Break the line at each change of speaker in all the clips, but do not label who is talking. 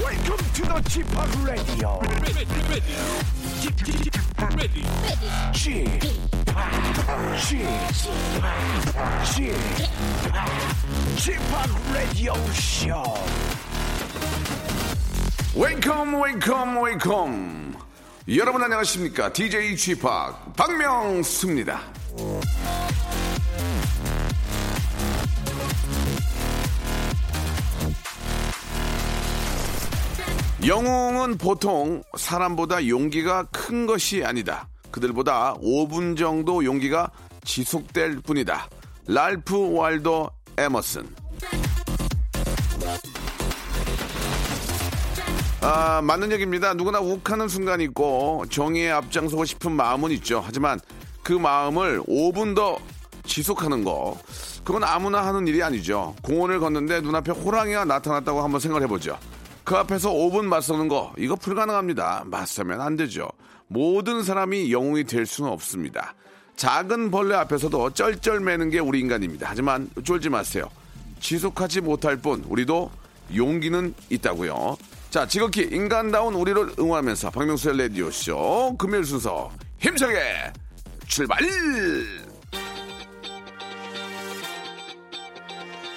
Welcome to the Chip Radio.
ready, ready, ready, ready.
Chip, Chip, Chip, Radio Show.
웨이컴 웨이컴 웨이컴 여러분 안녕하십니까 DJ 취팍 박명수입니다 영웅은 보통 사람보다 용기가 큰 것이 아니다 그들보다 5분 정도 용기가 지속될 뿐이다 랄프 왈도 에머슨 아, 맞는 얘기입니다. 누구나 욱하는 순간이 있고 정의에 앞장서고 싶은 마음은 있죠. 하지만 그 마음을 5분 더 지속하는 거 그건 아무나 하는 일이 아니죠. 공원을 걷는데 눈앞에 호랑이가 나타났다고 한번 생각을 해보죠. 그 앞에서 5분 맞서는 거 이거 불가능합니다. 맞서면 안 되죠. 모든 사람이 영웅이 될 수는 없습니다. 작은 벌레 앞에서도 쩔쩔매는 게 우리 인간입니다. 하지만 쫄지 마세요. 지속하지 못할 뿐 우리도 용기는 있다고요. 자, 지극히 인간다운 우리를 응원하면서 박명수의 라디오 쇼 금요일 순서 힘차게 출발!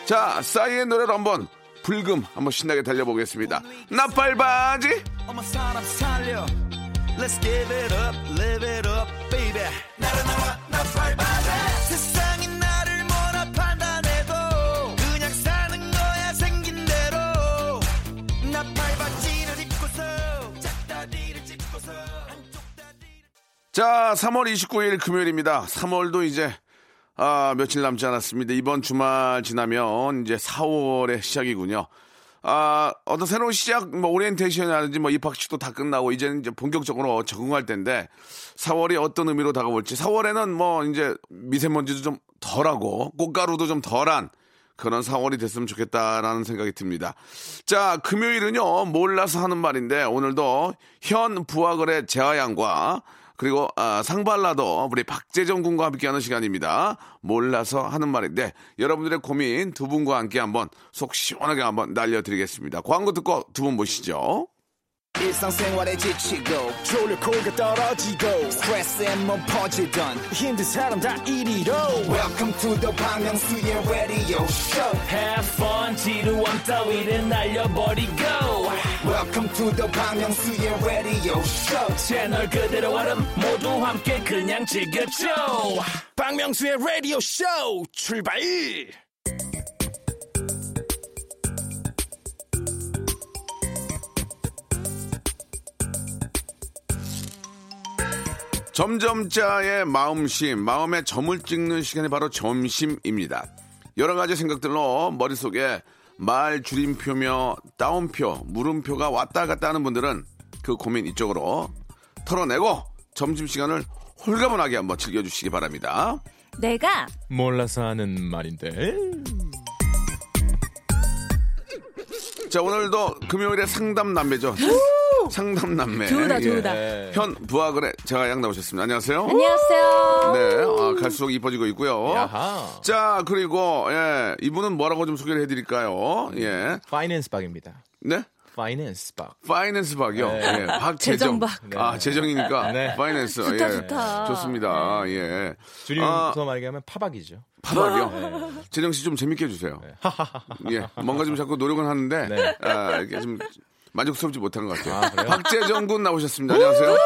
자, 싸이의 노래를 한번 불금 한번 신나게 달려보겠습니다. 나팔바지
어머 사람 살려 Let's give it up, live it up, baby 나를 나와 나팔바다 세상이 나를 뭐라 판단해도 그냥 사는 거야 생긴 대로 나팔바지를 입고서 짝다리를 짚고서 한쪽 다리를
자, 3월 29일 금요일입니다. 3월도 이제 아, 며칠 남지 않았습니다. 이번 주말 지나면 이제 4월의 시작이군요. 아, 어떤 새로운 시작, 뭐, 오리엔테이션이라든지 뭐, 입학식도 다 끝나고, 이제는 이제 본격적으로 적응할 텐데, 4월이 어떤 의미로 다가올지, 4월에는 뭐, 이제 미세먼지도 좀 덜하고, 꽃가루도 좀 덜한, 그런 4월이 됐으면 좋겠다라는 생각이 듭니다. 자, 금요일은요, 몰라서 하는 말인데, 오늘도 현 부하거래 재하양과, 그리고 아, 상발라도 우리 박재정 군과 함께하는 시간입니다. 몰라서 하는 말인데 여러분들의 고민 두 분과 함께 한번 속 시원하게 한번 날려드리겠습니다. 광고 듣고 두 분 모시죠.
일상생활에 지치고,
졸려 코가 떨어지고
스트레스에 몸 퍼지던,
힘든 사람 다 이리로.
welcome to the Bang Myung-soo's radio show.
Have fun 지루함 따위를 날려버리고
welcome to the Bang Myung-soo's radio show.
채널 그대로 얼음 모두 함께 그냥 즐겨줘
박명수의 라디오 쇼 출발.
점점자의 마음심, 마음의 점을 찍는 시간이 바로 점심입니다. 여러 가지 생각들로 머릿속에 말 줄임표며 따옴표, 물음표가 왔다 갔다 하는 분들은 그 고민 이쪽으로 털어내고 점심시간을 홀가분하게 한번 즐겨주시기 바랍니다.
내가
몰라서 하는 말인데
자, 오늘도 금요일에 상담 남매죠. 상담 남매. 예.
좋다, 좋다.
현 부하거래 제가양 나오셨습니다. 안녕하세요.
안녕하세요.
네, 아, 갈수록 이뻐지고 있고요.
야하.
자, 그리고 예, 이분은 뭐라고 좀 소개를 해드릴까요?
음.
예,
파이낸스 박입니다.
네,
파이낸스 박.
파이낸스 박이요. 예, 박재정.
재정 박.
아, 재정이니까
네.
파이낸스.
좋다, 네.
예,
좋다.
좋습니다. 예, 아,
줄임부터 말하면 파박이죠.
파박이요.
네.
재정 씨 좀 재밌게 해주세요. 예, 뭔가 좀 자꾸 노력은 하는데
네.
아, 이게 좀 만족스럽지 못한 것 같아요. 박재정 군 나오셨습니다. 안녕하세요.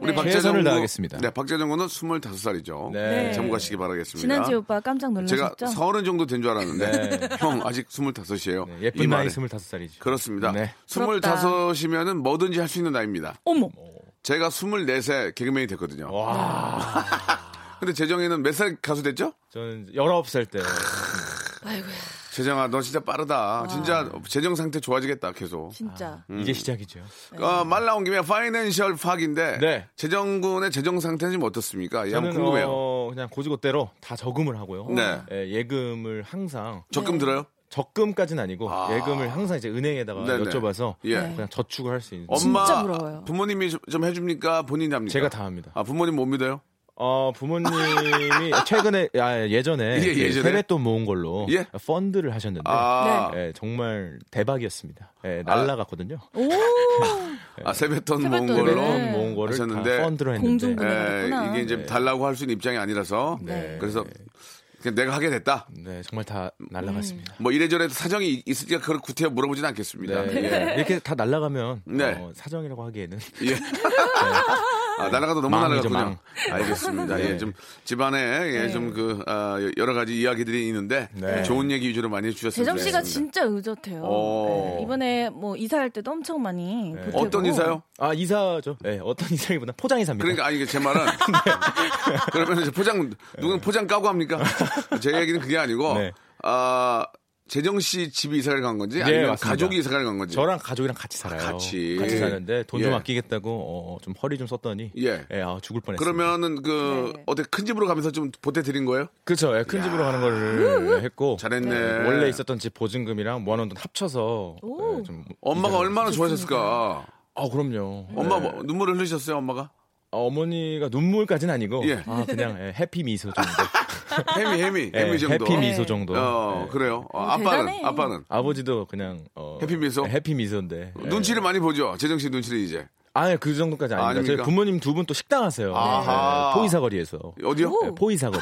우리 박재정
네. 최선을
군.
다하겠습니다.
네, 박재정 군은 25살이죠.
네.
참고하시기 바라겠습니다.
지난주 오빠 깜짝
아, 제가
놀라셨죠?
서른 정도 된 줄 알았는데 형 아직 스물다섯이에요.
네, 예쁜 나이 25살이죠.
그렇습니다.
네.
스물다섯이면은 뭐든지 할 수 있는 나이입니다.
어머,
제가 스물네세 개그맨이 됐거든요.
어. 와.
근데 재정이는 몇 살 가수 됐죠?
저는 19살 때.
재정아 너 진짜 빠르다. 진짜 재정 상태 좋아지겠다 계속.
진짜.
음.
네.
이제 시작이죠.
어, 말 나온 김에 파이낸셜 파악인데
네.
재정군의 재정 상태는 지금 어떻습니까? 예, 한번
저는
궁금해요.
어, 그냥 고지고대로 다 저금을 하고요.
네.
예, 예금을 항상
네.
적금 들어요?
적금까지는 아니고
아.
예금을 항상 이제 은행에다가
네네.
여쭤봐서
예.
그냥 저축을 할 수 있는
엄마
진짜 부러워요.
부모님이 좀, 좀 해줍니까? 본인이 합니까?
제가 다 합니다.
아 부모님 못 믿어요?
어, 부모님이 최근에 아, 예전에
예,
그
예전에?
세뱃돈 모은 걸로
예?
펀드를 하셨는데
아,
예, 정말 대박이었습니다. 예, 날라갔거든요.
오.
네.
아, 세뱃돈 모은
세뱃돈,
걸로
네.
세뱃돈 모은 거를
하셨는데
다 펀드로 했는데
공중
예,
그랬구나.
이게
네.
이제 달라고 할 수 있는 입장이 아니라서
네.
그래서 그냥 내가 하게 됐다.
네, 정말 다 날라갔습니다.
뭐 이래저래 사정이 있- 있으니까 그걸 구태여 물어보진 않겠습니다.
네,
예.
이렇게 다 날라가면
네.
어, 사정이라고 하기에는
예. 아, 날아가도 너무
망이죠,
날아갔군요. 알겠습니다. 예,
네.
좀 집안에
네.
예, 좀 그 아, 여러 가지 이야기들이 있는데
네.
좋은 얘기 위주로 많이 해주셨습니다.
재정 씨가 진짜 의젓해요.
오.
네, 이번에 뭐 이사할 때도 엄청 많이 보태고.
어떤 인사요?
아 이사죠. 네, 어떤 이사이구나 포장 이사입니다.
그러니까 아니 이게 제
네.
말은 그러면 이제 포장 누군 포장 까고 합니까? 제 얘기는 그게 아니고
네.
아 재정 씨 집이 이사를 간 건지 아니면
맞습니다.
가족이 이사를 간 건지
저랑 가족이랑 같이 살아요.
같이.
사는데 돈 좀
예.
아끼겠다고 어, 좀 허리 좀 썼더니
예.
아, 죽을 뻔했어요.
그러면은 그
네.
어떻게 큰 집으로 가면서 좀 보태 드린 거예요?
그렇죠. 큰 집으로 가는 거를 했고
잘했네.
원래 있었던 집 보증금이랑 모아놓은 돈 합쳐서
오.
예, 좀
엄마가
이사를-
얼마나 좋아하셨을까?
아 그럼요.
엄마
예.
뭐, 눈물을 흘리셨어요, 엄마가?
아, 어머니가 눈물까지는 아니고
예.
아, 그냥 예, 해피 미소 정도.
해미, 해미,
예,
해미 정도.
해피 미소 정도.
어,
예.
그래요. 어,
음,
아빠는,
대단해.
아빠는.
아버지도 그냥 어,
해피 미소? 어,
해피 미소인데 예.
눈치를 많이 보죠. 재정 씨 눈치를 이제.
아니 그 정도까지 아닙니다.
아닙니까?
저희 부모님 두 분 또 식당 하세요.
아하.
네, 포이사거리에서.
어디요?
오.
네, 포이사거리.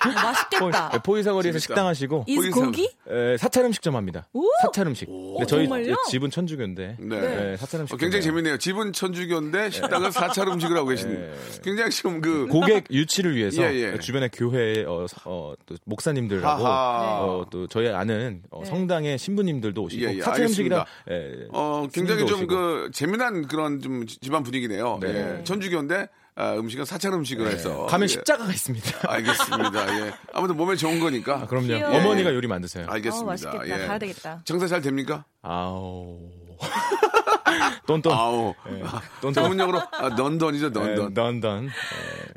어, 맛있겠다.
포, 이사거리에
재밌다.
서 식당 하시고
이
거기서-
고기?
에, 사찰 음식점 합니다.
오!
사찰 음식. 근데 저희
정말요?
집은 천주교인데.
네.
예, 사찰 음식.
어, 굉장히 재밌네요. 집은 천주교인데 식당은 사찰 음식을 하고 계신.
네.
굉장히 지금 그
고객 유치를 위해서
예, 예.
주변의 교회 어, 사- 어, 또 목사님들하고
하하.
어, 또 저희 아는
네.
어, 성당의 신부님들도 오시고
예, 예,
사찰
알겠습니다.
음식이랑 예,
어, 굉장히
스님도
좀 그 재미난 그런 좀 지- 집안 분위기네요. 예. 천주교인데 아, 음식은 사찰 음식을 해서
네. 가면
예.
십자가가 있습니다.
알겠습니다. 예. 아무튼 몸에 좋은 거니까.
그럼요.
귀여워.
어머니가 요리 만드세요.
어,
알겠습니다.
맛있겠다.
예.
가야 되겠다.
장사 잘 됩니까?
아우. 똔똔.
아우.
예. 똔똔.
전문용어로 아, 런던이죠,
예,
런던.
넌던.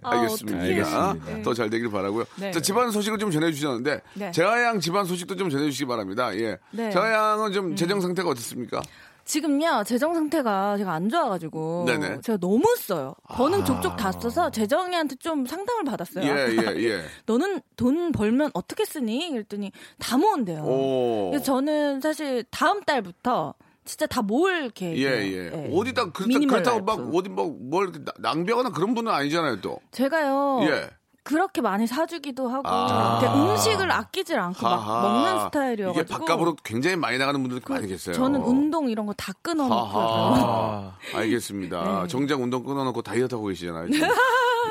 아, 알겠습니다.
아, 어떡해.
네. 알겠습니다.
더 잘 되길 바라고요.
네.
자, 집안 소식을 좀 전해주셨는데
네.
재하양 집안 소식도 좀 전해주시기 바랍니다. 예,
네.
재하양은 좀 재정 상태가 어떻습니까?
지금요 재정 상태가 제가 안 좋아가지고
네네. 아.
제가 너무 써요. 버는 족족 다 써서 재정이한테 좀 상담을 받았어요.
예, 예, 예.
너는 돈 벌면 어떻게 쓰니? 그랬더니 다 모은대요.
오,
그래서 어. 저는 사실 다음 달부터 진짜 다 모을
예,
계획이에요.
예.
예.
어디다 그,
미니멀
그렇다고 막
라이프.
어디 뭐, 막뭘 낭비하거나 그런 분은 아니잖아요, 또.
제가요.
예.
그렇게 많이 사주기도 하고
아.
되게 음식을 아끼질 않고 막
하하.
먹는 스타일이어가지고
이게 밥값으로 굉장히 많이 나가는 분들 많이 계세요.
저는 운동 이런 거 다 끊어놓고
하하.
네.
알겠습니다. 정작 운동 끊어놓고 다이어트 하고 계시잖아요. 지금.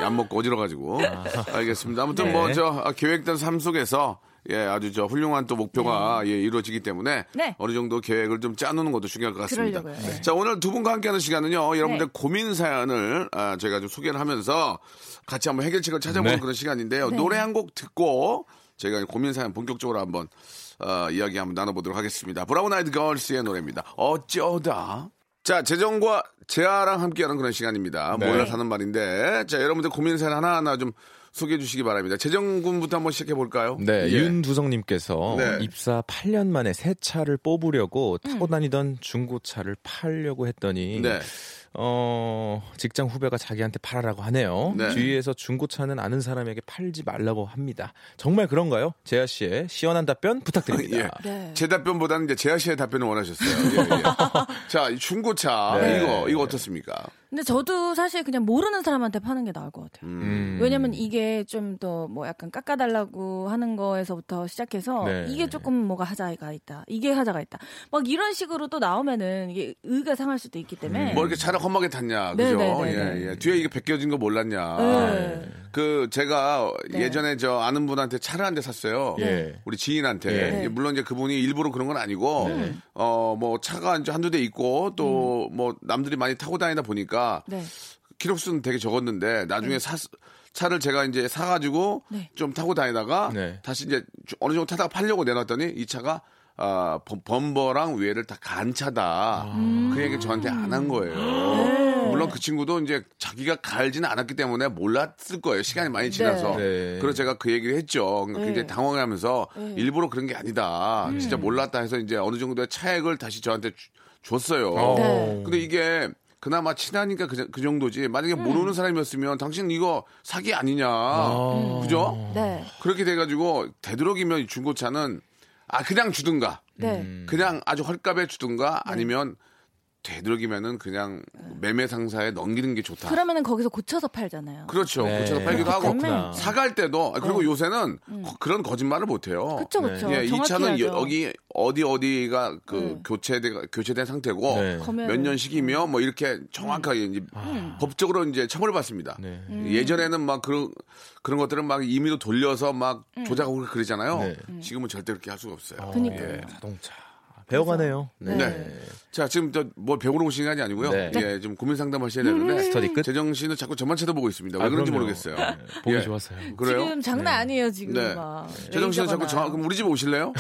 안 먹고 어지러가지고.
아.
알겠습니다. 아무튼
네.
뭐 저 계획된 삶 속에서 예 아주 저 훌륭한 또 목표가 예, 이루어지기 때문에
네.
어느 정도 계획을 좀 짜놓는 것도 중요할 것 같습니다.
그러려고요. 네.
자 오늘 두 분과 함께하는 시간은요 여러분들
네.
고민 사연을 아, 저희가 좀 소개를 하면서 같이 한번 해결책을 찾아보는
네.
그런 시간인데요 노래 한 곡 듣고 저희가 고민 사연 본격적으로 한번 어, 이야기 한번 나눠보도록 하겠습니다. 브라운 아이드 걸스의 노래입니다. 어쩌다. 자, 재정과 재아랑 함께하는 그런 시간입니다.
네.
몰라서 하는 말인데. 자, 여러분들 고민 사연 하나하나 좀 소개해 주시기 바랍니다. 재정군부터 한번 시작해 볼까요?
네,
예.
윤두성님께서
네.
입사 8년 만에 새 차를 뽑으려고
음.
타고 다니던 중고차를 팔려고 했더니
네.
어, 직장 후배가 자기한테 팔아라고 하네요.
네.
주위에서 중고차는 아는 사람에게 팔지 말라고 합니다. 정말 그런가요? 재하 씨의 시원한 답변 부탁드립니다.
예.
네.
제 답변보다는 이제 재아 씨의 답변을 원하셨어요. 예, 예. 자, 이 중고차.
네.
이거, 이거 어떻습니까?
근데 저도 사실 그냥 모르는 사람한테 파는 게 나을 것 같아요.
음.
왜냐면 이게 좀 더 뭐 약간 깎아달라고 하는 거에서부터 시작해서
네.
이게 조금 뭐가 하자가 있다, 이게 하자가 있다, 막 이런 식으로 또 나오면은 이게 의가 상할 수도 있기 때문에
뭐 이렇게 차를 험하게 탔냐.
네,
그죠?
네, 네,
예, 예. 뒤에 이게 벗겨진 거 몰랐냐.
네.
그 제가
네.
예전에 저 아는 분한테 차를 한 대 샀어요.
예.
우리
네.
지인한테.
예.
예, 물론 이제 그분이 일부러 그런 건 아니고 어 뭐 차가 이제 한두 대 있고 또 뭐 남들이 많이 타고 다니다 보니까
음. 네.
키로수는 되게 적었는데 나중에 사 차를 제가 이제 사가지고
네.
좀 타고 다니다가
네.
다시 이제 주- 어느 정도 타다가 팔려고 내놨더니 이 차가 아 범- 범버랑 위에를 다 간 차다. 그 얘기 저한테 안 한 거예요. 물론 그 친구도 이제 자기가 갈지는 않았기 때문에 몰랐을 거예요. 시간이 많이 지나서.
네.
그래서 제가 그 얘기를 했죠. 그러니까 굉장히 당황하면서 일부러 그런 게 아니다. 진짜 몰랐다 해서 이제 어느 정도의 차액을 다시 저한테 주- 줬어요.
네.
근데 이게 그나마 친하니까 그, 그 정도지. 만약에
음.
모르는 사람이었으면 당신 이거 사기 아니냐. 음, 그죠?
네.
그렇게 돼가지고 되도록이면 중고차는 아 그냥 주든가
네.
그냥 아주 헐값에 주든가
음.
아니면 되도록이면은 그냥 매매 상사에 넘기는 게 좋다.
그러면은 거기서 고쳐서 팔잖아요.
그렇죠.
네.
고쳐서 팔기도 하고
그렇구나.
사갈 때도 아, 그리고 요새는 거- 그런 거짓말을 못 해요.
어. 음. 그쵸, 그쵸.
예, 이
정확히
차는
해야죠. 음.
여- 여기 어디 어디가 그 교체돼 교체된 상태고
네.
검열.
몇 년씩이며 뭐 이렇게 정확하게
음.
이제 법적으로 이제 처벌받습니다.
아. 네.
예전에는 막 그런 그런 것들은 막 임의로 돌려서 막
음.
조작하고 그러잖아요.
네.
지금은 절대 그렇게 할 수가 없어요.
그니까요.
예.
음, 자동차 배워가네요. 아. 네.
네. 자, 지금 저뭐 배우러 오신 게 아니고요.
네. 음.
예, 좀 고민 상담하셔야 되는데
스터디 끝?
재정 씨는 자꾸 저만 쳐다보고 있습니다. 왜
아,
그런지
그럼요.
모르겠어요.
네. 보기
예.
좋았어요.
그래요?
지금 장난 아니에요 지금
네.
막.
최정 씨는
레이저가
자꾸 저,
나와요.
그럼 우리 집 오실래요?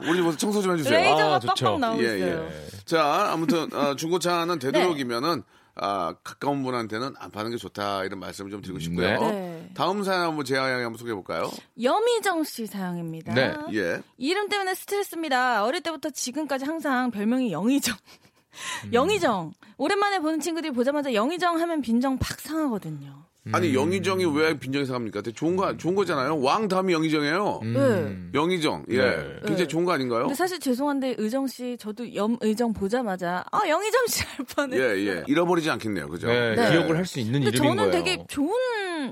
우리 집 와서 청소 좀 해주세요.
레이저가
아, 좋죠.
빡빡 나오고
예,
있어요.
예. 자, 아무튼 어, 중고차는 되도록이면은 아, 가까운 분한테는 안 파는 게 좋다 이런 말씀을 좀 드리고 싶고요.
네.
네.
다음 사연 한번 제아 양이 한번 소개해 볼까요?
여미정 씨 사연입니다.
네,
예.
이름 때문에 스트레스입니다. 어릴 때부터 지금까지 항상 별명이 영희정.
음.
영희정. 오랜만에 보는 친구들이 보자마자 영희정 하면 빈정 팍 상하거든요.
아니 영희정이 왜 빈정이 상합니까? 되게 좋은 거 좋은 거잖아요. 왕 다음이 영희정이에요.
네.
영희정, 예,
네.
굉장히
네.
좋은 거 아닌가요?
근데 사실 죄송한데 의정 씨 저도 염의정 보자마자 아 영희정 씨 할 뻔해.
예, 예. 잃어버리지 않겠네요, 그죠?
네,
네.
기억을 할 수 있는
근데
이름인
저는
거예요.
되게 좋은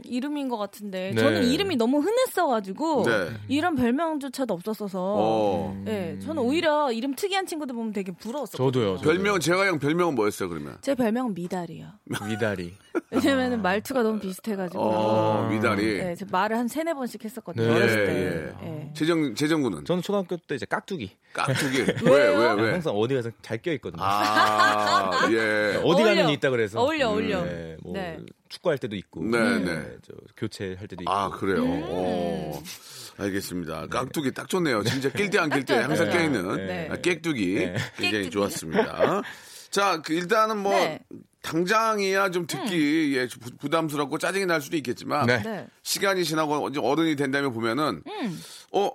이름인 것 같은데
네.
저는 이름이 너무 흔했어가지고
네.
이런 별명조차도 없었어서
어.
네, 저는 오히려 이름 특이한 친구들 보면 되게 부러웠어요.
저도요. 저도요.
별명 제가 형 별명은 뭐였어요, 그러면?
제 별명은 미달이요.
미다리.
왜냐면 말투가 너무 비슷해가지고
아. 어, 미달이.
네, 제 말을 한 세네 번씩 했었거든요.
네.
어렸을
예,
때. 예.
재정 재정군은
저는 초등학교 때 이제 깍두기.
깍두기 왜 아, 왜 왜?
항상 어디 가서 잘 껴 있거든요.
아 예.
어디
어울려.
가면 있다 그래서.
어울려, 어울려.
네, 뭐
네.
축구할 때도 있고.
네, 네.
저 교체할 때도 있고.
아 그래요.
음.
어. 알겠습니다. 깍두기 딱 좋네요. 진짜 낄 때 안 낄 때
네. 깍두기,
항상
깍두기.
껴 있는
네.
아, 깍두기 굉장히
깍두기.
좋았습니다. 자, 그 일단은 뭐
네. 음.
당장이야 좀 듣기 예, 부- 부담스럽고 짜증이 날 수도 있겠지만
네.
네.
시간이 지나고 이제 어른이 된 다음에 보면은 어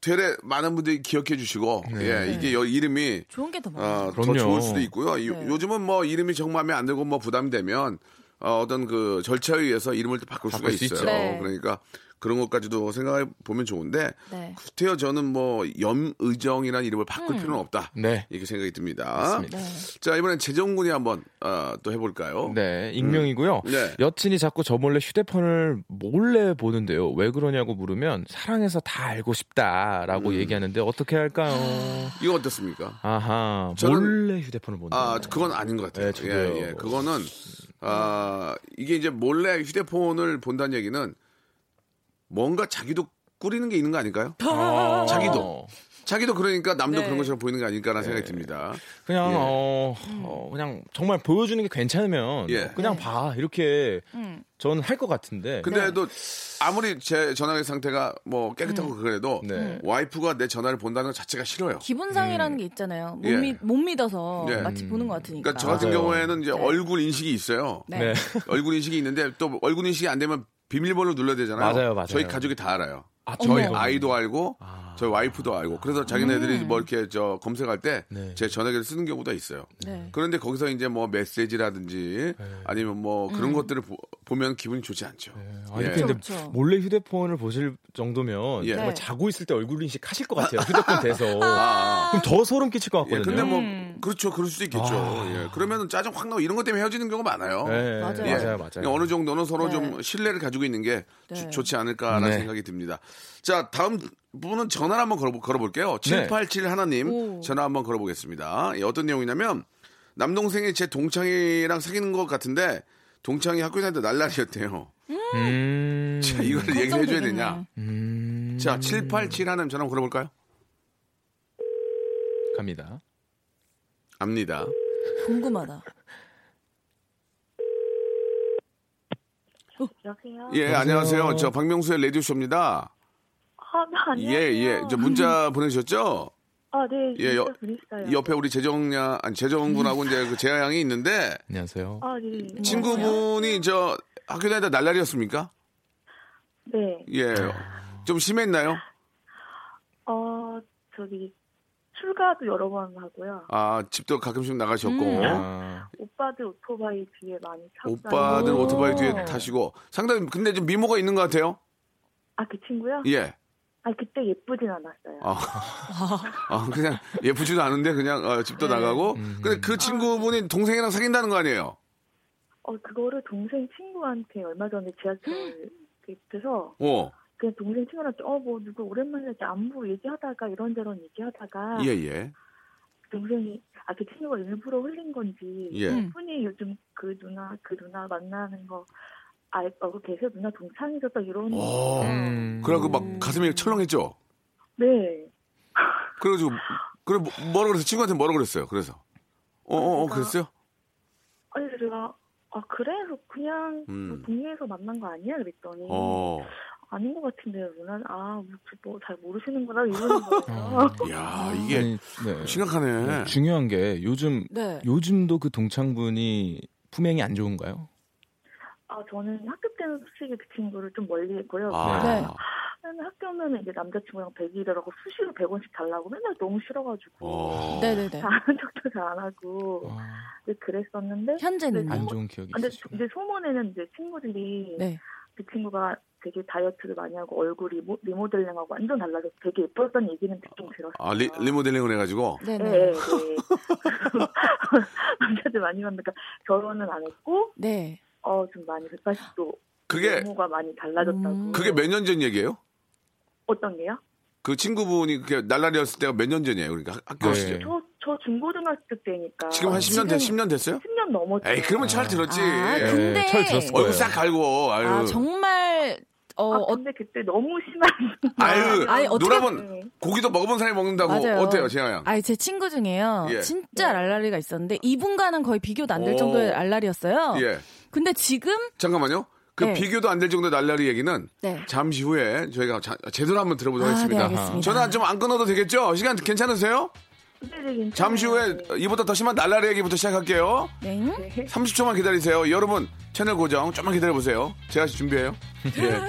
되레 많은 분들이 기억해 주시고
네.
예, 이게 여- 이름이
좋은 게 더 많아요.
어, 더
그럼요.
좋을 수도 있고요. 요-
네.
요즘은 뭐 이름이 정 마음에 안 들고 뭐 부담되면 어, 떤그 절차에 의해서 이름을 또 바꿀,
바꿀
수가
수
있어요.
있죠.
네.
그러니까 그런 것까지도 생각해 보면 좋은데
네. 음.
구태여 저는 뭐 염의정이라는 이름을 바꿀 필요는 없다.
네.
이렇게 생각이 듭니다.
맞습니다.
자 이번엔 재정군이 한번 어, 또 해볼까요?
네, 익명이고요.
음. 네.
여친이 자꾸 저 몰래 휴대폰을 몰래 보는데요. 왜 그러냐고 물으면 사랑해서 다 알고 싶다라고
음.
얘기하는데 어떻게 할까요?
이거 어떻습니까?
아하,
저는-
몰래 휴대폰을 본다.
아 그건 아닌 것 같아요.
네, 저도요.
예, 예. 그거는 아 이게 이제 몰래 휴대폰을 본다는 얘기는 뭔가 자기도 꾸리는 게 있는 거 아닐까요?
아.
자기도. 자기도 그러니까 남도
네.
그런 것처럼 보이는 게 아닐까라는 생각이
네.
듭니다.
그냥
예.
어, 어, 그냥 정말 보여주는 게 괜찮으면
예.
그냥
네.
봐 이렇게
음.
저는 할 것 같은데
근데도 아무리 제 전화기 상태가 뭐
음.
깨끗하고 그래도
네.
와이프가 내 전화를 본다는 것 자체가 싫어요.
기분상이라는 게 있잖아요. 못,
예.
믿, 못 믿어서
예.
마치 보는 것 같으니까.
그러니까 저 같은
맞아요.
경우에는 이제
네.
얼굴 인식이 있어요.
네.
네.
얼굴 인식이 있는데 또 얼굴 인식이 안 되면 비밀번호 눌러야 되잖아요.
맞아요, 맞아요.
저희 가족이 다 알아요.
아,
저희
어머.
아이도 알고 저희 와이프도 알고 그래서 자기네들이
음.
뭐 이렇게 저 검색할 때 제
네.
전화기를 쓰는 경우도 있어요.
네.
그런데 거기서 이제 뭐 메시지라든지
네.
아니면 뭐 그런
음.
것들을 보, 면 기분이 좋지 않죠.
아,
예.
이렇게 근데
그렇죠.
몰래 휴대폰을 보실 정도면
예.
정말
네.
자고 있을 때 얼굴 인식 하실 것 같아요 휴대폰 돼서
아,
그럼 더 소름 끼칠 것
예,
같거든요. 아.
근데 뭐
음.
그렇죠, 그럴 수도 있겠죠. 예, 그러면 짜증 확 나고 이런 것 때문에 헤어지는 경우가 많아요.
예,
맞아요.
예,
맞아요, 맞아요.
그러니까 어느 정도는 서로
네.
좀 신뢰를 가지고 있는 게 주-
네.
좋지 않을까라는
네.
생각이 듭니다. 자, 다음 분은 전화를 한번 걸어,
네.
걸어볼게요. 787 하나님
오.
전화 한번 걸어보겠습니다. 예, 어떤 내용이냐면 남동생이 제 동창이랑 사귀는 것 같은데 동창이 학교 다닐 때 날라리였대요.
음,
자, 이거를 얘기해 줘야
그 걱정되겠네.
되냐? 자, 787 하나님 전화 한번 걸어볼까요?
갑니다.
압니다.
궁금하다.
여보세요?
예, 안녕하세요. 저 박명수의 레디오쇼입니다.
아, 네,
예,
안녕하세요.
예. 저 문자 보내주셨죠?
아, 네.
예,
예,
여-
여, 보냈어요.
옆에 우리 재정양, 아니, 재정군하고 이제 그 재하 양이 있는데
안녕하세요.
아, 네.
친구분이 저 학교 다니다 날라리였습니까?
네.
예. 좀 심했나요?
어, 저기, 출가도 여러 번 하고요.
아, 집도 가끔씩 나가셨고.
아,
오빠들 오토바이 뒤에 많이 타고
오빠들
다니고.
오토바이 뒤에 타시고 상당히 근데 좀 미모가 있는 것 같아요.
아, 그 친구요?
예.
아, 그때 예쁘진 않았어요.
아, 아, 그냥 예쁘지도 않은데 그냥 어, 집도 나가고. 근데 그 친구분이 동생이랑 사귄다는 거 아니에요?
어, 그거를 동생 친구한테 얼마 전에 지하철 밑에서
어.
그냥 동생 친구한테 어, 뭐 누구 오랜만에 이렇게 안부 얘기하다가 이런저런 얘기하다가
예, 예.
동생이 아, 그 친구가 일부러 흘린 건지
예.
음.
분이 요즘 그 누나 그 누나 만나는 거 알, 알고 계세요? 누나 동창이셨다 이런
오.
음.
그래갖고 막 가슴이 철렁했죠?
네.
그래가지고, 그래, 뭐- 뭐라 그랬어요? 친구한테 뭐라 그랬어요? 그래서. 어, 어, 어, 그랬어요?
아니 그래서 제가 아 그래서 그냥
음.
뭐 동네에서 만난 거 아니야 그랬더니
어.
아닌 것 같은데요 누나는 아뭐잘 모르시는구나 이러는
음.
거예요.
이야, 이게
아. 아니, 네.
심각하네.
중요한 게 요즘
네.
요즘도 그 동창분이 품행이 안 좋은가요?
아 저는 학교 때는 솔직히 그 친구를 좀 멀리 했고요.
아.
네.
맨날 학교 오면 이제 남자친구랑 100일이라고 수시로 100원씩 달라고 맨날 너무 싫어가지고
어.
네네네.
다한 적도 잘 안 하고
아,
이제 그랬었는데
현재는
안 좋은 기억이
아, 근데
있으시구나.
이제 소문에는 이제 친구들이
네.
그 친구가 되게 다이어트를 많이 하고 얼굴이 모- 리모델링하고 완전 달라져서 되게 예뻤던 얘기는 듣긴 들었어요.
아, 리, 리모델링을 해가지고.
네,
네네.
네. 남자들 많이 만나니까 결혼은 안 했고
네.
어 좀 많이 180도
그게,
외모가 많이 달라졌다고.
음.
그게 몇 년 전 얘기예요?
어떤 게요?
그 친구분이 그게 날라리였을 때가 몇 년 전이에요? 그러니까 학- 학교
네.
시절.
저 저 중고등학교 때니까
지금 한 10년 됐, 10년 됐어요?
10년 넘었죠.
에이, 그러면 잘 들었지.
아,
예.
근데
예, 철 들었을 거예요.
얼굴 싹 갈고, 아유.
아 정말 어,
아,
어
근데 그때 너무 심한
아유,
아니, 어떻게-
놀아본,
네.
고기도 먹어본 사람이 먹는다고.
맞아요.
어때요, 재하 양?
아니 제 친구 중에요.
예.
진짜
네.
랄라리가 있었는데 이분과는 거의 비교도 안 될
오.
정도의 랄라리였어요.
예.
근데 지금
잠깐만요. 그
네.
비교도 안 될 정도 의 날라리 얘기는
네.
잠시 후에 저희가 자- 제대로 한번 들어보도록
아, 네,
하겠습니다.
알겠습니다.
전화 좀 안 끊어도 되겠죠? 시간 괜찮으세요?
네,
잠시 후에 어, 이보다 더 심한 날라리 얘기부터 시작할게요.
네.
30초만 기다리세요. 여러분 채널 고정 좀만 기다려보세요. 제가 준비해요. 예.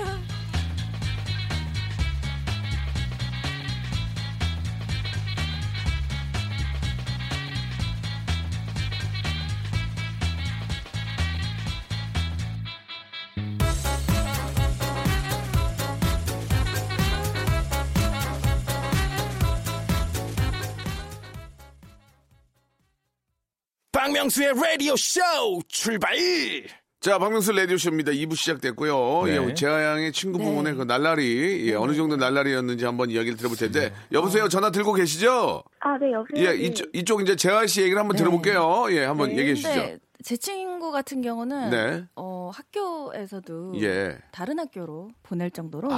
박명수의 라디오 쇼 출발!
자, 박명수 레디오쇼입니다. 2부 시작됐고요.
네.
예, 재하 양의 친구
네.
부분의 그 날라리, 예, 어느 정도 날라리였는지 한번 이야기를 들어볼 텐데,
네.
여보세요? 전화 들고 계시죠?
아네 여보세요.
예, 이쪽, 이쪽 이제 재하 씨 얘기를 한번
네.
들어볼게요. 예, 한번 얘기해 주시죠.
근데 제 친구 같은 경우는
네.
어, 학교에서도
예. 아.
다른 학교로 보낼 정도로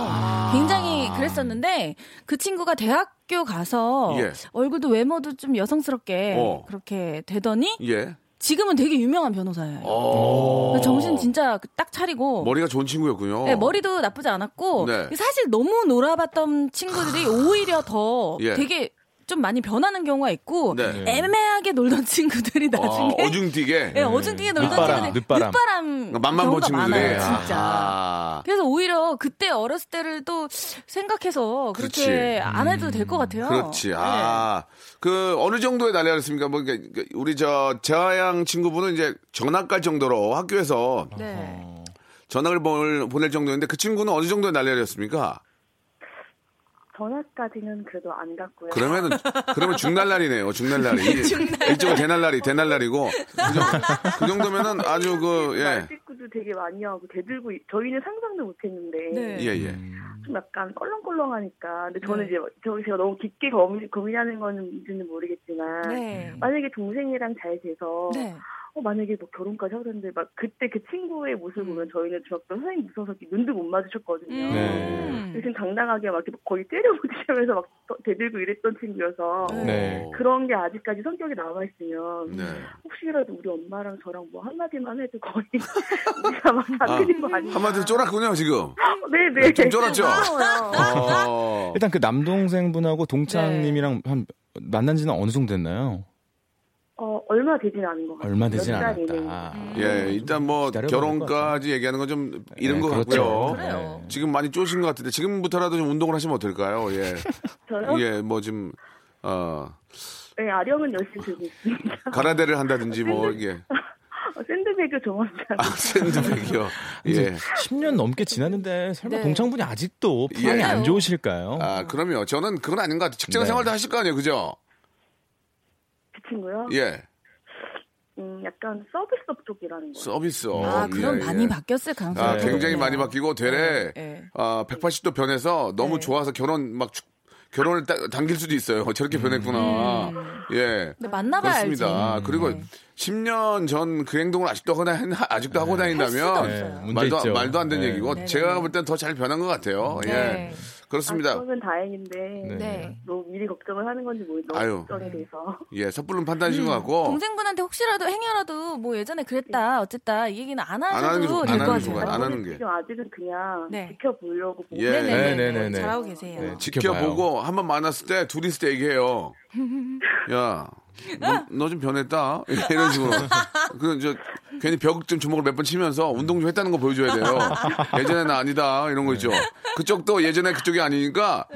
굉장히 그랬었는데 그 친구가 대학교 가서
예.
얼굴도 외모도 좀 여성스럽게
어.
그렇게 되더니
예.
지금은 되게 유명한 변호사예요.
어.
정신 진짜 딱 차리고
머리가 좋은 친구였군요.
어. 네, 머리도 나쁘지 않았고
네.
사실 너무 놀아봤던 친구들이 오히려 더
예.
되게 좀 많이 변하는 경우가 있고
네.
애매하게 놀던 친구들이
아,
나중에
어중뛰게.
예, 어중뛰게 놀던
늦바람,
친구들이
늦바람.
그러니까 만만 본
경우가
친구들이.
많아요, 진짜.
아.
그래서 오히려 그때 어렸을 때를 또 생각해서 그렇게
그렇지.
안
음.
해도 될 것 같아요.
그렇지.
네.
아, 그 어느 정도의 날라리였습니까? 뭐 이렇게 그 우리 저 재하양 친구분은 이제 전학 갈 정도로 학교에서
네.
전학을 볼- 보낼 정도였는데 그 친구는 어느 정도의 날라리였습니까?
전화까지는 그래도 안 갔고요.
그러면은 그러면 중날라리네요. 중날라리. 이쪽은 대날라리, 대날라리고 그, 정도, 그 정도면은 아주 그 예.
말짓구도 되게 많이 하고 대들고 저희는 상상도 못했는데
네.
예, 예.
음.
좀 약간 껄렁껄렁하니까 근데 저는
네.
이제 저 제가 너무 깊게 고민, 고민하는 건지는 모르겠지만
네.
만약에 동생이랑 잘 돼서
네.
어, 만약에 뭐 결혼까지 하던데 막 그때 그 친구의 모습을
음.
보면 저희는 중학교 선생님 무서워서 이렇게 눈도 못 마주쳤거든요.
음.
네.
대신 당당하게 막 이렇게 거의 때려부딪히면서 막 떠- 대들고 이랬던 친구여서
어.
네.
그런 게 아직까지 성격이 남아있으면
네.
혹시라도 우리 엄마랑 저랑 뭐 한마디만 해도 거의 우리가 막 다그린 거 아니야? 아,
한마디로 쫄았군요, 지금.
네네.
좀 쫄았죠?
무서워요.
어.
일단 그 남동생분하고 동창님이랑
네.
한 만난 지는 어느 정도 됐나요?
어, 얼마 되진 않은 것 같아요.
얼마 되진
몇 달이네.
않았다. 음.
음.
예, 일단 뭐
기다려봐야 될것 그렇죠.
결혼까지 얘기하는 건 좀 이른 것 같고요.
그래요.
지금 많이 쪼신 것 같은데 지금부터라도 좀 운동을 하시면 어떨까요? 예,
저요?
예, 뭐 좀 어,
네, 아령은 열심히 들고 있습니다. 어,
가라데를 한다든지 뭐 이게
생배교 정원장.
아, 샌드백이요. 예.
네. 10년 넘게 지났는데 설마
네.
동창분이 아직도
예.
판이 안 좋으실까요?
아, 그럼요. 저는 그건 아닌 것 같아요. 직장
네.
생활도 하실 거 아니에요, 그죠?
그 친구요?
예.
음, 약간 서비스업 쪽이라는 거예요.
서비스.
아,
예,
그럼
예.
많이 바뀌었을 가능성이
아,
네.
굉장히 많이
높네요.
바뀌고 되레
네.
아, 180도 변해서 너무
네.
좋아서 결혼 막 축- 결혼을 따- 당길 수도 있어요. 저렇게 변했구나. 예.
근데 음. 만나봐야 알지. 네.
그렇습니다. 그리고 10년 전 그 행동을 아직도 하고 다 아직도 하고
할
다닌다면
수도
네, 문제
말도
있죠.
말도 안 되는
네.
얘기고
네.
제가 볼 땐 더 잘 변한 것 같아요.
네.
예. 그렇습니다.
아, 그러면 다행인데
네.
네.
너무 미리 걱정을 하는 건지 모르 너무
아유.
걱정이 돼서.
예, 섣부른 판단이신
음.
것 같고
동생분한테 혹시라도 행여라도 뭐 예전에 그랬다 어쨌다 이 얘기는 안
하는 게 좋-
하셔도
안
될 것
하는 게 좋아요.
같아요.
안 하는 게.
지금 아직은 그냥
네.
지켜보려고 보고.
예.
네.
네네네.
네네네네.
잘하고 계세요.
네, 지켜봐요.
지켜보고 한 번 만났을 때 둘이 있을 때 얘기해요. 야, 너 좀 변했다 이런 식으로. 그저 괜히 벽 좀 주먹을 몇 번 치면서 운동 좀 했다는 거 보여줘야 돼요. 예전에 나 아니다 이런 거 있죠. 그쪽도 예전에 그쪽이 아니니까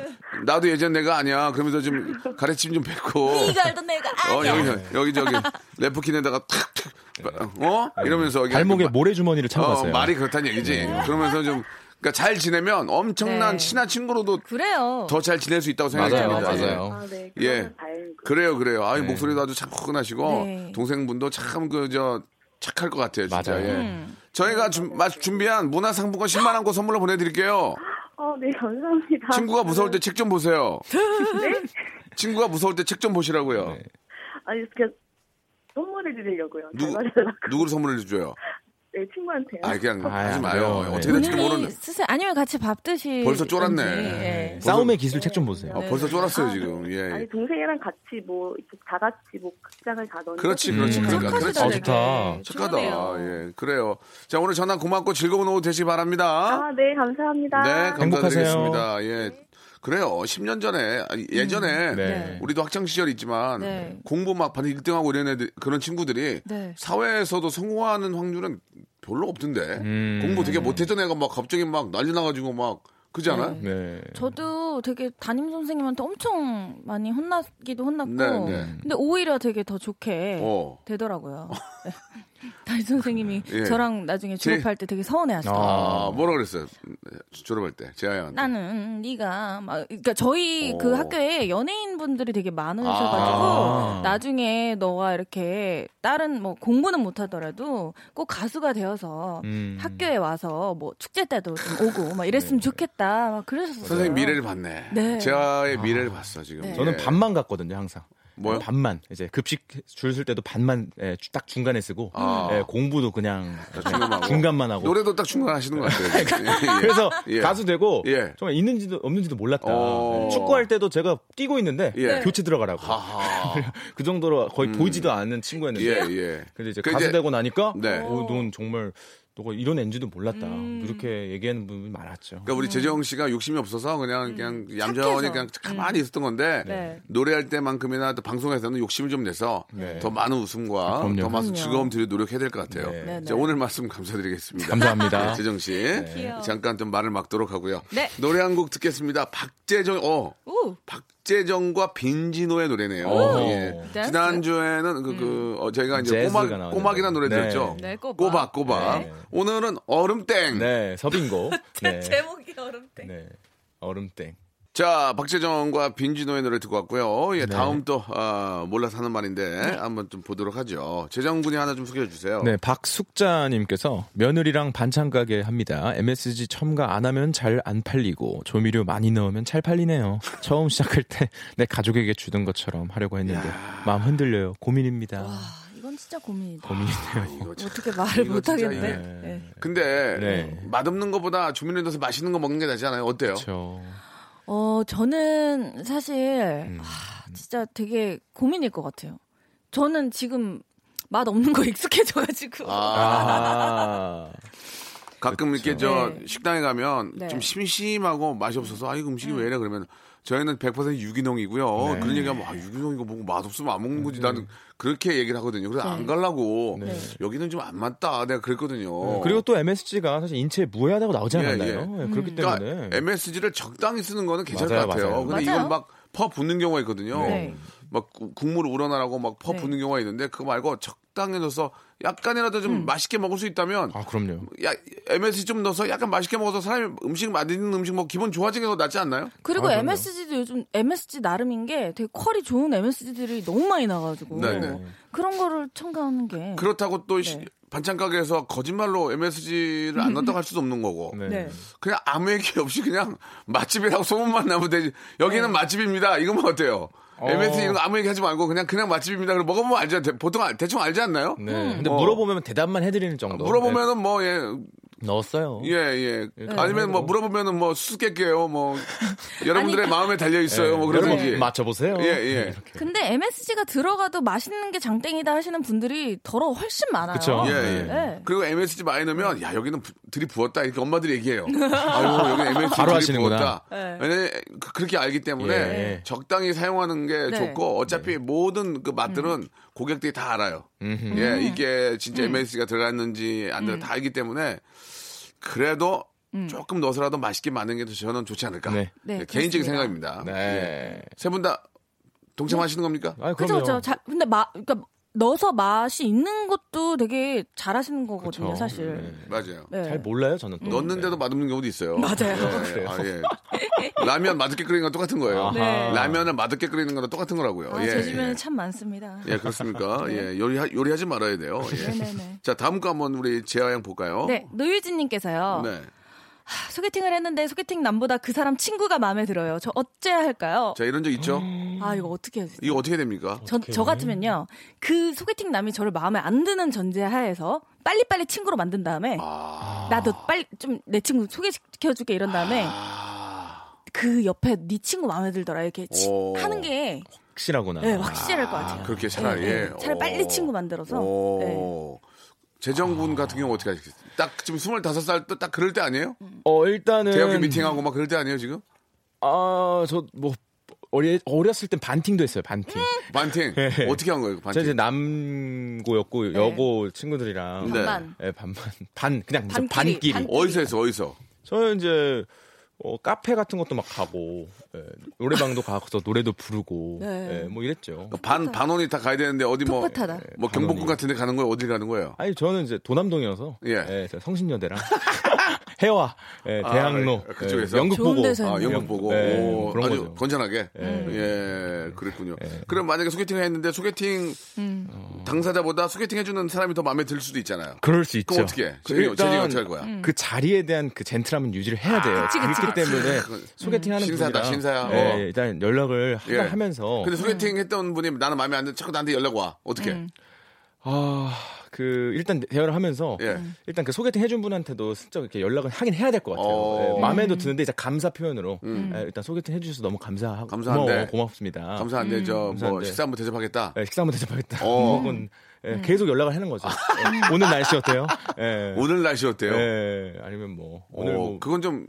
나도 예전 내가 아니야. 그러면서 좀 가르침 좀 뱉고.
네가 알던 내가
어
아니야.
여기 여기 저기 레프킨에다가 탁탁 어 이러면서 이게
발목에 뭐
마-
모래주머니를 차고
어,
갔어요. 네.
말이 그렇다는 얘기지. 그러면서 좀 그러니까 잘 지내면 엄청난
네.
친한 친구로도
그래요.
더 잘 지낼 수 있다고 생각이
맞아요,
듭니다.
맞아요.
예.
아, 네.
예.
그러면 다행이고.
그래요, 그래요. 아유
네.
목소리도 아주 차분하시고
네.
동생분도 참 그 저 착할 것 같아요, 진짜.
맞아요.
예.
음.
저희가 준- 마- 준비한 문화상품권 10만 원권 선물로 보내드릴게요.
어, 네, 감사합니다. 네?
친구가 무서울 때 책 좀 보세요. 친구가 무서울 때 책 좀 보시라고요.
네.
아니, 그냥 선물을 드리려고요.
누구-
잘 말해달라고.
누구를 선물해 주죠?
네, 친구한테요.
아 그냥
아,
하지 마요.
그래요.
어떻게
네.
될지
본인이
모르는데.
스스 아니면 같이 밥 드시.
벌써 쫄았네.
예.
싸움의 기술 책 좀 보세요.
아, 벌써 쫄았어요 지금. 예. 예.
아니, 동생이랑 같이 뭐, 이렇게 다 같이 뭐, 극장을 가던지.
그렇지,
음.
그렇지. 그러니까. 그렇지.
착하시다.
아,
되게.
좋다.
착하다.
좋네요.
예, 그래요. 자, 오늘 전화 고맙고 즐거운 오후 되시기 바랍니다.
아, 네, 감사합니다.
네,
행복하세요.
감사드리겠습니다. 예. 그래요. 10년 전에, 아니, 예전에,
네.
우리도 학창시절 있지만,
네.
공부 막 반에 1등하고 이런 애들, 그런 친구들이,
네.
사회에서도 성공하는 확률은 별로 없던데,
음.
공부 되게 못했던 애가 막 갑자기 막 난리 나가지고 막, 그지 않아요?
네.
네.
저도 되게 담임 선생님한테 엄청 많이 혼났기도 혼났고,
네, 네.
근데 오히려 되게 더 좋게
어.
되더라고요. 네. 담임 선생님이
예.
저랑 나중에 졸업할 때 되게 서운해하시더라고요.
아, 뭐라 그랬어요? 졸업할 때, 재하연.
아. 나는 네가 막 그러니까 저희
오.
그 학교에 연예인 분들이 되게 많으셔가지고
아.
나중에 너가 이렇게 다른 뭐 공부는 못하더라도 꼭 가수가 되어서
음.
학교에 와서 뭐 축제 때도 좀 오고 막 이랬으면 좋겠다 막 그러셨어요.
네. 선생님 미래를 봤네.
네.
재하의 미래를 봤어, 지금.
네.
아. 저는
예.
반만 갔거든요, 항상.
뭐요?
반만. 이제 급식 줄 쓸 때도 반만 예, 주- 딱 중간에 쓰고
아.
예, 공부도 그냥
중간만 하고.
중간만 네. 하고.
노래도 딱 중간하시는 것 같아요. 지금. 예, 예.
그래서
예.
가수 되고
예.
정말 있는지도 없는지도 몰랐다.
어.
축구할 때도 제가 뛰고 있는데
예.
네.
교체 들어가라고.
하하.
그 정도로 거의 보이지도 않는 친구였는데.
예, 예.
근데 이제
그
가수
이제-
되고 나니까
네.
오, 넌 정말 너가 이런 앤지도 몰랐다.
음.
이렇게 얘기하는 분이 많았죠.
그러니까 우리 재정 씨가 욕심이 없어서 그냥 그냥 얌전히
음. 착해서. 음.
그냥 가만히 있었던 건데
네.
노래할 때만큼이나 또 방송에서는 욕심을 좀 내서
네.
더 많은 웃음과
그럼요.
더 많은
그럼요.
즐거움 드리 노력해야 될 것 같아요.
네.
네,
자,
네.
오늘 말씀 감사드리겠습니다.
감사합니다.
네, 재정 씨
귀여워.
잠깐 좀 말을 막도록 하고요.
네.
노래 한 곡 듣겠습니다. 박재정 어
오
박재정과 빈지노의 노래네요.
오.
예.
댄스.
지난주에는 그, 그 어, 저희가 이제
재즈가
꼬막,
나왔는데.
꼬막이라는 노래
네.
들었죠.
음. 네, 꼬박.
꼬박, 꼬박.
네.
오늘은 얼음땡.
네, 서빙고. 네.
제목이 어른데.
네. 얼음땡.
자, 박재정과 빈지노의 노래 듣고 왔고요.
네.
예, 다음 또 아, 몰라서 하는 말인데 한번 좀 보도록 하죠. 재정 군이 하나 좀 소개해 주세요.
네, 박숙자님께서 며느리랑 반찬 가게 합니다. MSG 첨가 안 하면 잘 안 팔리고 조미료 많이 넣으면 잘 팔리네요. 처음 시작할 때 내 가족에게 주던 것처럼 하려고 했는데 마음 흔들려요. 고민입니다.
아, 이건 진짜 고민이다.
아, 이거 참.
어떻게 말을
이거
못
진짜
하겠네.
예.
이게-
네.
근데
네.
맛없는 것보다 조미료 넣어서 맛있는 거 먹는 게 낫지 않아요? 어때요?
그렇죠.
어, 저는 사실,
음.
아, 진짜 되게 고민일 것 같아요. 저는 지금 맛 없는 거 익숙해져가지고.
아.
가끔 이렇게 저
네.
식당에 가면
네.
좀 심심하고 맛이 없어서 아 이거 음식이 왜 이래 그러면 저희는 100%
네.
유기농이고요. 그런 얘기하면 아 유기농이고 뭐고 맛없으면 안 먹는 거지 나는 그렇게 얘기를 하거든요. 그래서
네.
안 갈라고
네. 아,
여기는 좀 안 맞다 내가 그랬거든요.
그리고 또 MSG가 사실 인체에 무해하다고 나오지
어. 예,
않았나요?
예.
예,
음.
그렇기
그러니까
때문에
MSG를 적당히 쓰는 거는 괜찮을
맞아요,
것 같아요.
맞아요.
근데
맞아요.
이건 막 퍼붓는 경우가 있거든요.
네.
막 구- 국물 우러나라고 막 퍼
네.
부는 경우가 있는데 그거 말고 적당해져서 약간이라도 좀 맛있게 먹을 수 있다면
아 그럼요.
야, MSG 좀 넣어서 약간 맛있게 먹어서 사람이 음식 맛있는 음식 먹 기분 좋아지는 게 낫지 않나요?
그리고
아, 그럼요.
MSG도 요즘 MSG 나름인 게 되게 퀄이 좋은 MSG들이 너무 많이 나가지고
네네.
그런 거를 첨가하는 게
그렇다고 또 시-
네.
반찬 가게에서 거짓말로 MSG를 안 넣었다고 할 수도 없는 거고
네.
네.
그냥 아무 얘기 없이 그냥 맛집이라고 소문만 나면 되지 여기는 맛집입니다 이거면 어때요?
네. 어.
MSG 이런 거 아무 얘기하지 말고 그냥 그냥 맛집입니다 그럼 먹어보면 알죠 대- 보통 알- 대충 알지 않나요?
네.
음.
근데
어.
물어보면 대답만 해드리는 정도.
물어보면은 뭐 예 예
네, 넣었어요.
예.
네.
아니면 뭐 물어보면은 뭐 수수께끼예요 뭐 여러분들의 마음에 달려 있어요 뭐
네. 여러분
그러든지
맞춰보세요.
예, 예.
이렇게.
근데 MSG가 들어가도 맛있는 게 장땡이다 하시는 분들이 더러 훨씬 많아요.
그쵸.
예, 예.
네.
그리고 MSG 많이 넣으면 야 여기는 부- 들이 부었다 이렇게 엄마들이 얘기해요. 아유 여기 MSG
바로
들이
하시는구나.
부었다.
네.
왜냐면 그- 그렇게 알기 때문에
예.
적당히 사용하는 게
네.
좋고 어차피 모든 그 맛들은 고객들이 다 알아요.
음. 음흠. 음.
예 이게 진짜 MSG가 들어갔는지 안 들어 다 알기 때문에 그래도 조금 넣어서라도 맛있게 만든 게 저는 좋지 않을까.
음. 네.
네,
예, 개인적인
그렇습니다.
생각입니다. 예.
네.
세 분 다 동참하시는 겁니까?
아
예. 그죠,
그럼요.
그죠. 자- 근데 마, 그러니까 넣어서 맛이 있는 것도 되게 잘하시는 거거든요,
그쵸.
사실.
네.
맞아요.
네.
잘 몰라요 저는. 또.
넣는데도 맛없는 경우도 있어요.
맞아요. 네.
예, 아, 예. 라면 맛없게 끓이는 건 똑같은 거예요.
아하.
라면을 맛없게 끓이는 건 똑같은 거라고요.
아,
예,
제 주변에
예.
참 네. 많습니다.
예, 그렇습니까? 예, 요리하, 요리하지 말아야 돼요. 예.
네네네.
자, 다음 거 한번 우리 재하 양 볼까요?
네, 어. 노유진님께서요.
어? 네.
아, 소개팅을 했는데 소개팅 남보다 그 사람 친구가 마음에 들어요. 저 어째야 할까요?
자, 이런 적 있죠?
아, 이거 어떻게 해야 되지?
이거 어떻게 됩니까?
저, 저 같으면요. 그 소개팅 남이 저를 마음에 안 드는 전제 하에서 빨리빨리 친구로 만든 다음에
아.
나도 빨리 좀 내 친구 소개시켜줄게 이런 다음에
아.
그 옆에 네 친구 마음에 들더라 이렇게 치-
오.
하는 게
확실하구나.
네, 확실할 것 같아요.
그렇게 차라리.
예, 예.
예.
차라리
오.
빨리 친구 만들어서. 예.
오. 재정군 같은 경우 어떻게 하시겠어요? 딱 지금 25살 또 딱 그럴 때 아니에요?
음.
어 일단은
대학교 미팅하고 막 그럴 때 아니에요, 지금?
아저뭐 어리 어렸을 땐 반팅도 했어요 반팅.
반팅. 어떻게 한 거예요, 그
제가 이제
음, 반팅?
남고였고 여고 친구들이랑
네.
네. 반반.
예, 반반 반 그냥 무슨
반끼리,
반끼리.
반-
어디서 했어, 어디서?
저는 이제 어, 카페 같은 것도 막 가고 예, 노래방도 가서 노래도 부르고
네.
예, 뭐 이랬죠.
반 반원이 다 가야 되는데 어디 뭐 뭐
풋풋하다.
경복궁
반원이.
같은데 가는 거예요? 어디 가는 거예요?
아니 저는 이제 도남동이어서
예.
예, 제가 성신여대랑 해와 예,
아,
대학로
예, 그쪽에서?
예, 연극
좋은
보고
데서
아,
네.
영국 보고
예,
오,
그런
아주
거죠. 네.
건전하게 예, 그랬군요. 그럼 만약에 소개팅을 했는데 소개팅
음.
당사자보다 소개팅 해주는 사람이 더 마음에 들 수도 있잖아요.
어. 그럴 수 있죠.
그럼 어떻게 해?
그
재미- 재미가 어떻게 할 거야?
그 자리에 대한 그 젠틀함은 유지를 해야 돼요.
음. 그치, 그치,
기 때문에
그건-
소개팅하는
음, 신사다,
분이랑,
신사야.
예,
어.
일단 연락을
예.
항상 하면서
음.
근데 소개팅 했던 분이 나는 마음에 안 들, 자꾸 나한테 연락 와. 어떻게?
아, 아그 일단 대화를 하면서
예.
일단 그 소개팅 해준 분한테도 슬쩍 이렇게 연락을 하긴 해야 될 것 같아요.
어. 음.
예, 마음에도 드는데 이제 감사 표현으로 예, 일단 소개팅 해주셔서 너무 감사하고
감사한데.
고마워, 고맙습니다.
감사한데
음.
저 뭐
아. 감사한데.
식사 한번 대접하겠다.
예, 식사 한번 대접하겠다.
어.
혹은 예, 계속 연락을 하는 거죠. 예, 오늘 날씨 어때요? 예.
오늘 날씨 어때요?
예, 아니면 뭐 오늘
어,
뭐
그건 좀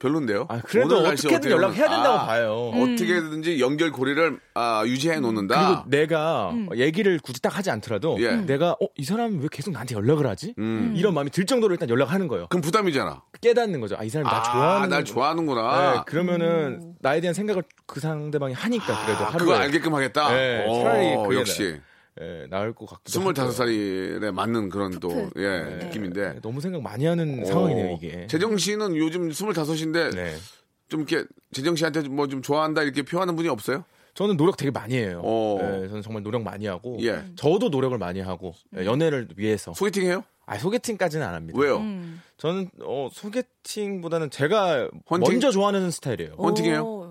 별론데요.
아, 그래도
오늘 날씨
어떻게든
어때요?
연락해야 된다고
아,
봐요.
음.
어떻게든지 연결 고리를 아, 유지해 놓는다.
그리고 내가 얘기를 굳이 딱 하지 않더라도
예.
내가 어 이 사람 왜 계속 나한테 연락을 하지? 이런 마음이 들 정도로 일단 연락하는 거예요.
그럼 부담이잖아.
깨닫는 거죠. 아 이 사람 나
아,
좋아하는
날 좋아하는구나.
네, 그러면은 나에 대한 생각을 그 상대방이 하니까 그래도
아,
하루에
그거 알게끔 하겠다.
네,
오,
차라리 그게
역시
예, 나을 것 같기도 하고요.
25살에 맞는 그런 또
풋풋.
예,
네.
느낌인데.
너무 생각 많이 하는
오,
상황이네요 이게.
재정 씨는 요즘 25인데
네.
좀 이렇게 재정 씨한테 뭐 좀 좋아한다 이렇게 표하는 분이 없어요?
저는 노력 되게 많이 해요.
오.
예, 저는 정말 노력 많이 하고
어. 예.
저도 노력을 많이 하고
음.
예, 연애를 위해서.
소개팅 해요?
아 소개팅까지는 안 합니다.
왜요?
저는 어, 소개팅보다는 제가
헌팅?
먼저 좋아하는 스타일이에요.
어.
헌팅해요?
오.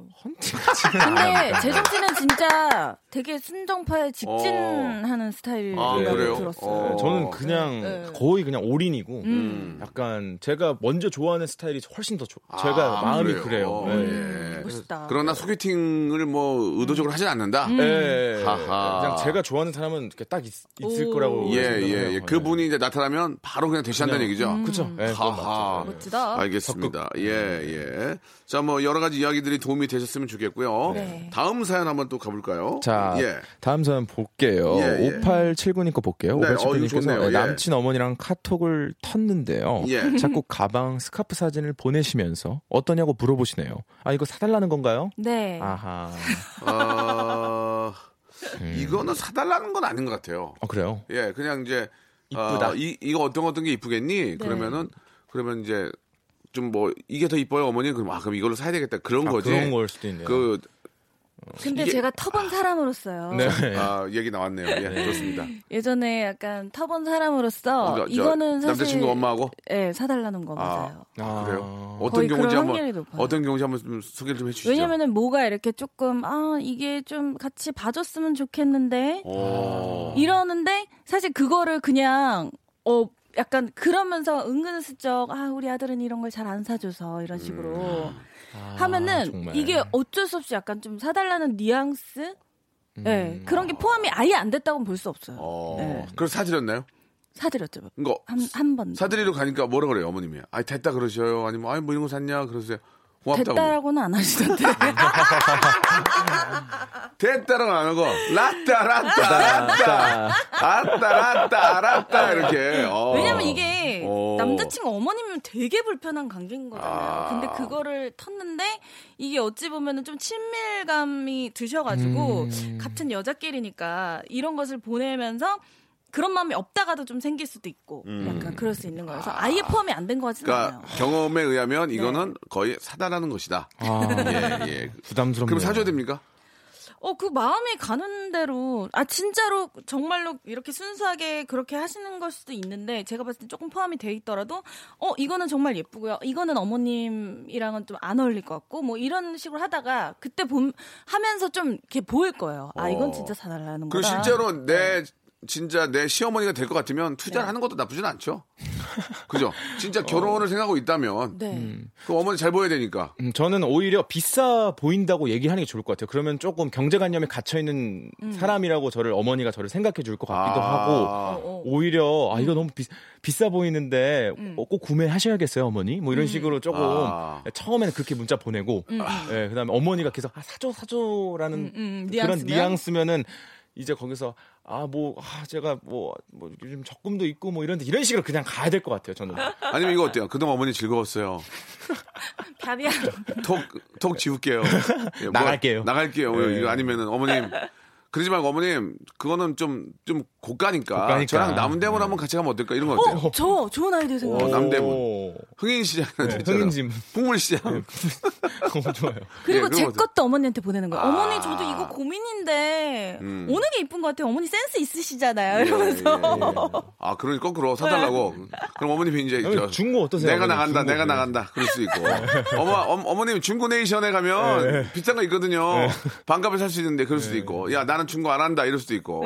헌팅까지는 안
근데
합니다.
아.
재정 씨는 진짜 되게 순정파에 직진하는
아,
스타일이라고
그래요?
들었어요.
어.
저는 그냥
네.
거의 그냥 올인이고
음.
약간 제가 먼저 좋아하는 스타일이 훨씬 더 좋. 제가 마음이 그래요.
아, 어,
예.
네.
예.
멋있다.
그러나 소개팅을 뭐 의도적으로 하진 않는다.
예.
하하.
그냥 제가 좋아하는 사람은 이렇게 딱 있, 을
오.
거라고
예,
생각을
예,
해요.
예. 그분이 이제 나타나면 바로 그냥 대시한다는 얘기죠.
그렇죠. 예, 그건
하하.
맞죠.
멋지다.
알겠습니다. 예,
네.
예. 자, 뭐 여러 가지 이야기들이 도움이 되셨으면 좋겠고요.
네.
다음 사연 한번 또 가볼까요?
자,
예.
다음 사연 볼게요.
예, 예.
5879님 거 볼게요.
네,
5879님께서
어, 이거 좋네요. 예.
남친 어머니랑 카톡을 텄는데요.
예.
자꾸 가방 스카프 사진을 보내시면서 어떠냐고 아, 물어보시네요. 아, 이거 사달라는 건가요?
네.
아하.
어, 이거는 사달라는 건 아닌 것 같아요.
아 그래요?
예, 그냥 이제
이쁘다.
어, 이 이거 어떤 거 어떤 게
네.
이쁘겠니? 그러면은 그러면 이제 좀 뭐 이게 더 이뻐요 어머니 그럼 아 그럼 이걸로 사야 되겠다 그런
아,
거지.
그런 걸 수도 있네요.
그,
근데
이게-
제가 터본 사람으로서요.
네.
아, 얘기 나왔네요. 예, 좋습니다.
예전에 약간 터본 사람으로서
그러니까 저
어, 이거는 사실
남자친구 엄마하고
예, 사달라는 거 맞아요.
아,
그래요.
거의
어떤
그럴
경우인지
확률이
한번
높아요.
어떤 경우인지 한번 좀 소개를 좀 해주시죠.
왜냐면은 뭐가 이렇게 조금 아 이게 좀 같이 봐줬으면 좋겠는데
오.
아. 이러는데 사실 그거를 그냥 어 약간 그러면서 은근슬쩍 아 우리 아들은 이런 걸 잘 안 사줘서 이런 식으로
음.
아,
하면은
정말.
이게 어쩔 수 없이 약간 좀 사달라는 뉘앙스
음.
네, 그런 게 포함이 아예 안 됐다고는 볼 수 없어요.
어.
네.
그걸 사드렸나요?
사드렸죠.
이거
한한번
사드리러 가니까 뭐라 그래요, 어머님이? 아이 됐다 그러셔요. 아니면 아이 뭐 이런 거 샀냐 그러세요. 고맙다고.
됐다라고는 안 하시던데.
됐다라고 안 하고 라따 라따 라따 아따 라따 라따 이렇게. 어.
왜냐면 이게
어.
남자친구 어머님이면 되게 불편한 관계인 거잖아요.
아.
근데 그거를 텄는데 이게 어찌 보면은 좀 친밀감이 드셔가지고
음.
같은 여자끼리니까 이런 것을 보내면서 그런 마음이 없다가도 좀 생길 수도 있고 약간 그럴 수 있는 거여서 아예 포함이 안 된 거 같진
음. 그러니까
않아요. 네.
경험에 의하면 이거는 거의 사다라는 것이다.
아,
예, 예.
부담스럽네요.
그럼 사줘야 됩니까?
어, 그 마음이 가는 대로, 아, 진짜로, 정말로 이렇게 순수하게 그렇게 하시는 걸 수도 있는데, 제가 봤을 때 조금 포함이 돼 있더라도, 어, 이거는 정말 예쁘고요. 이거는 어머님이랑은 좀 안 어울릴 것 같고, 뭐 이런 식으로 하다가, 그때 봄, 하면서 좀 이렇게 보일 거예요. 아, 이건 진짜
어.
사달라는 거다.
그리고 실제로
네.
내 진짜 내 시어머니가 될 것 같으면 투자를 하는 것도 나쁘진 않죠. 그죠? 진짜 결혼을 생각하고 있다면
어. 네.
그 어머니 잘 보여야 되니까.
음, 저는 오히려 비싸 보인다고 얘기하는 게 좋을 것 같아요. 그러면 조금 경제관념에 갇혀 있는 사람이라고 저를 어머니가 저를 생각해 줄 것 같기도
아.
하고
음. 어, 어.
오히려 아 이거 너무 비, 비싸 보이는데
음.
어, 꼭 구매하셔야겠어요 어머니 뭐 이런 식으로 조금
아.
처음에는 그렇게 문자 보내고 예, 그다음에 어머니가 계속 아 사줘 사줘라는
음,
그런
뉘앙스면?
뉘앙스면은 이제 거기서 아 뭐 아, 제가 뭐, 뭐 요즘 적금도 있고 뭐 이런데 이런 식으로 그냥 가야 될 것 같아요 저는
아니면 이거 어때요? 그동안 어머니 즐거웠어요.
밥이야.
톡, 톡 지울게요. 예, 뭐,
나갈게요.
나갈게요.
예.
이거 아니면은 어머님. 그러지 말고 어머님 그거는 좀 좀 고가니까,
고가니까.
저랑 남대문 한번 같이 가면 어떨까 이런 거 어때요?
어, 저, 좋은 아이디어 생각.
어, 남대문.
오.
흥인시장
네,
있잖아요.
흥인지문.
풍물시장.
너무 좋아요.
그리고
예, 그런
제
거죠.
것도 어머니한테 보내는 거예요. 어머니,
아.
저도 이거 고민인데,
음. 네.
오는 게 이쁜 것 같아요. 어머니 센스 있으시잖아요. 이러면서. 예.
아, 그러니 거꾸로 사달라고.
네.
그럼 어머님이 이제
아니,
저-
중고 어떠세요? 네.
내가
어머님,
나간다,
중고.
내가 나간다. 그럴 수 있고. 어머, 어머, 어머님 중고 네이션에 가면 비싼 거 있거든요.
네.
반값에 살 수 있는데 그럴 수도 있고. 야, 나는 중고 안 한다. 이럴 수도 있고.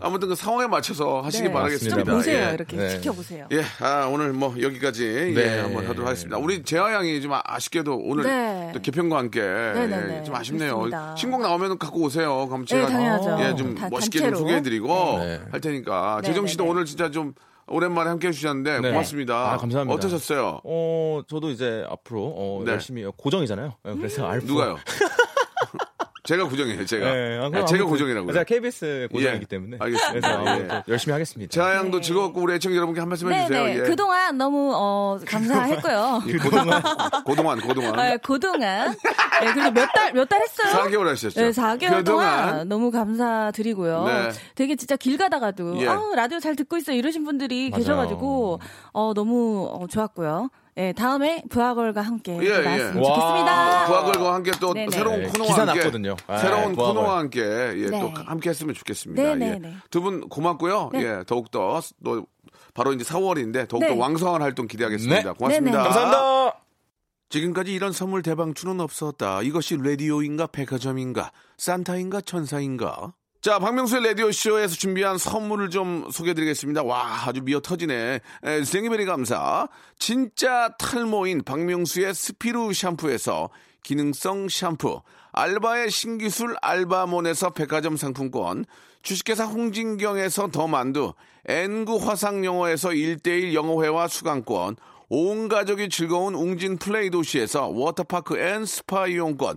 아무튼 그 상황에 맞춰서 하시기
네.
바라겠습니다.
좀 보세요.
예.
이렇게
네.
지켜보세요.
예, 아, 오늘 뭐 여기까지
네.
예, 한번 하도록 하겠습니다. 우리 재하 양이 좀 아- 아쉽게도 오늘
네.
또 개편과 함께
네,
예,
네.
좀 아쉽네요.
그렇습니다.
신곡 나오면 갖고 오세요. 그럼
네,
제가
당연하죠.
예, 좀
다-
멋있게
단체로.
좀 소개해드리고
네.
할 테니까
네,
재정 씨도
네, 네.
오늘 진짜 좀 오랜만에 함께 해주셨는데
네.
고맙습니다.
아, 감사합니다.
어떠셨어요?
어, 저도 이제 앞으로 어,
네. 음.
열심히 고정이잖아요. 예, 그래서 알프
누가요? 제가 고정이에요. 제가
네,
예, 아,
예,
그럼
제가
아무튼
고정이라고요.
제가 KBS 고정이기
예,
때문에.
알겠습니다.
그래서
예.
아무튼 열심히 하겠습니다.
재하 양도 즐거웠고 우리 애청 자 여러분께 한 말씀 해주세요.
네. 네네.
예.
그동안 너무 어, 감사했고요.
이 고동안, 고동안,
아,
고동안.
그동안 네, 그리고 몇 달 몇 달 했어요.
4개월 하셨죠?
네, 4개월
그동안.
동안 너무 감사드리고요.
네.
되게 진짜 길 가다가도
예.
아우 라디오 잘 듣고 있어 이러신 분들이
맞아요.
계셔가지고 어, 너무 어, 좋았고요. 예, 다음에 부하걸과 함께
예,
또 나왔으면
예.
좋겠습니다.
부하걸과 함께 또
네네.
새로운
네,
코너와
기사
함께
났거든요. 아,
새로운
부하걸.
코너와 함께 예,
네.
또 함께 했으면 좋겠습니다.
네네네.
예. 두 분 고맙고요. 예, 더욱 더또 바로 이제 4월인데 더욱 더
네.
왕성한 활동 기대하겠습니다.
네.
고맙습니다.
네네.
감사합니다.
지금까지 이런 선물 대방출은 없었다. 이것이 라디오인가 백화점인가 산타인가 천사인가. 자, 박명수의 라디오쇼에서 준비한 선물을 좀 소개해드리겠습니다. 와, 아주 미어 터지네. 에, 생이베리 감사. 진짜 탈모인 박명수의 스피루 샴푸에서 기능성 샴푸. 알바의 신기술 알바몬에서 백화점 상품권. 주식회사 홍진경에서 더 만두. N구 화상영어에서 일대일 영어회화 수강권. 온 가족이 즐거운 웅진 플레이 도시에서 워터파크 앤 스파 이용권,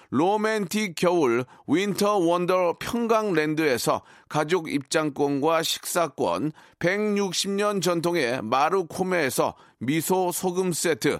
로맨틱 겨울 윈터 원더 평강랜드에서 가족 입장권과 식사권 160년 전통의 마루코메에서 미소 소금 세트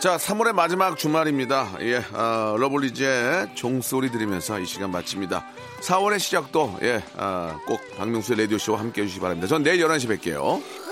자, 3월의 마지막 주말입니다. 예, 어, 러블리즈의 종소리 들으면서 이 시간 마칩니다. 4월의 시작도, 예, 아, 꼭 박명수의 라디오쇼와 함께 해주시기 바랍니다. 전 내일 11시 뵐게요.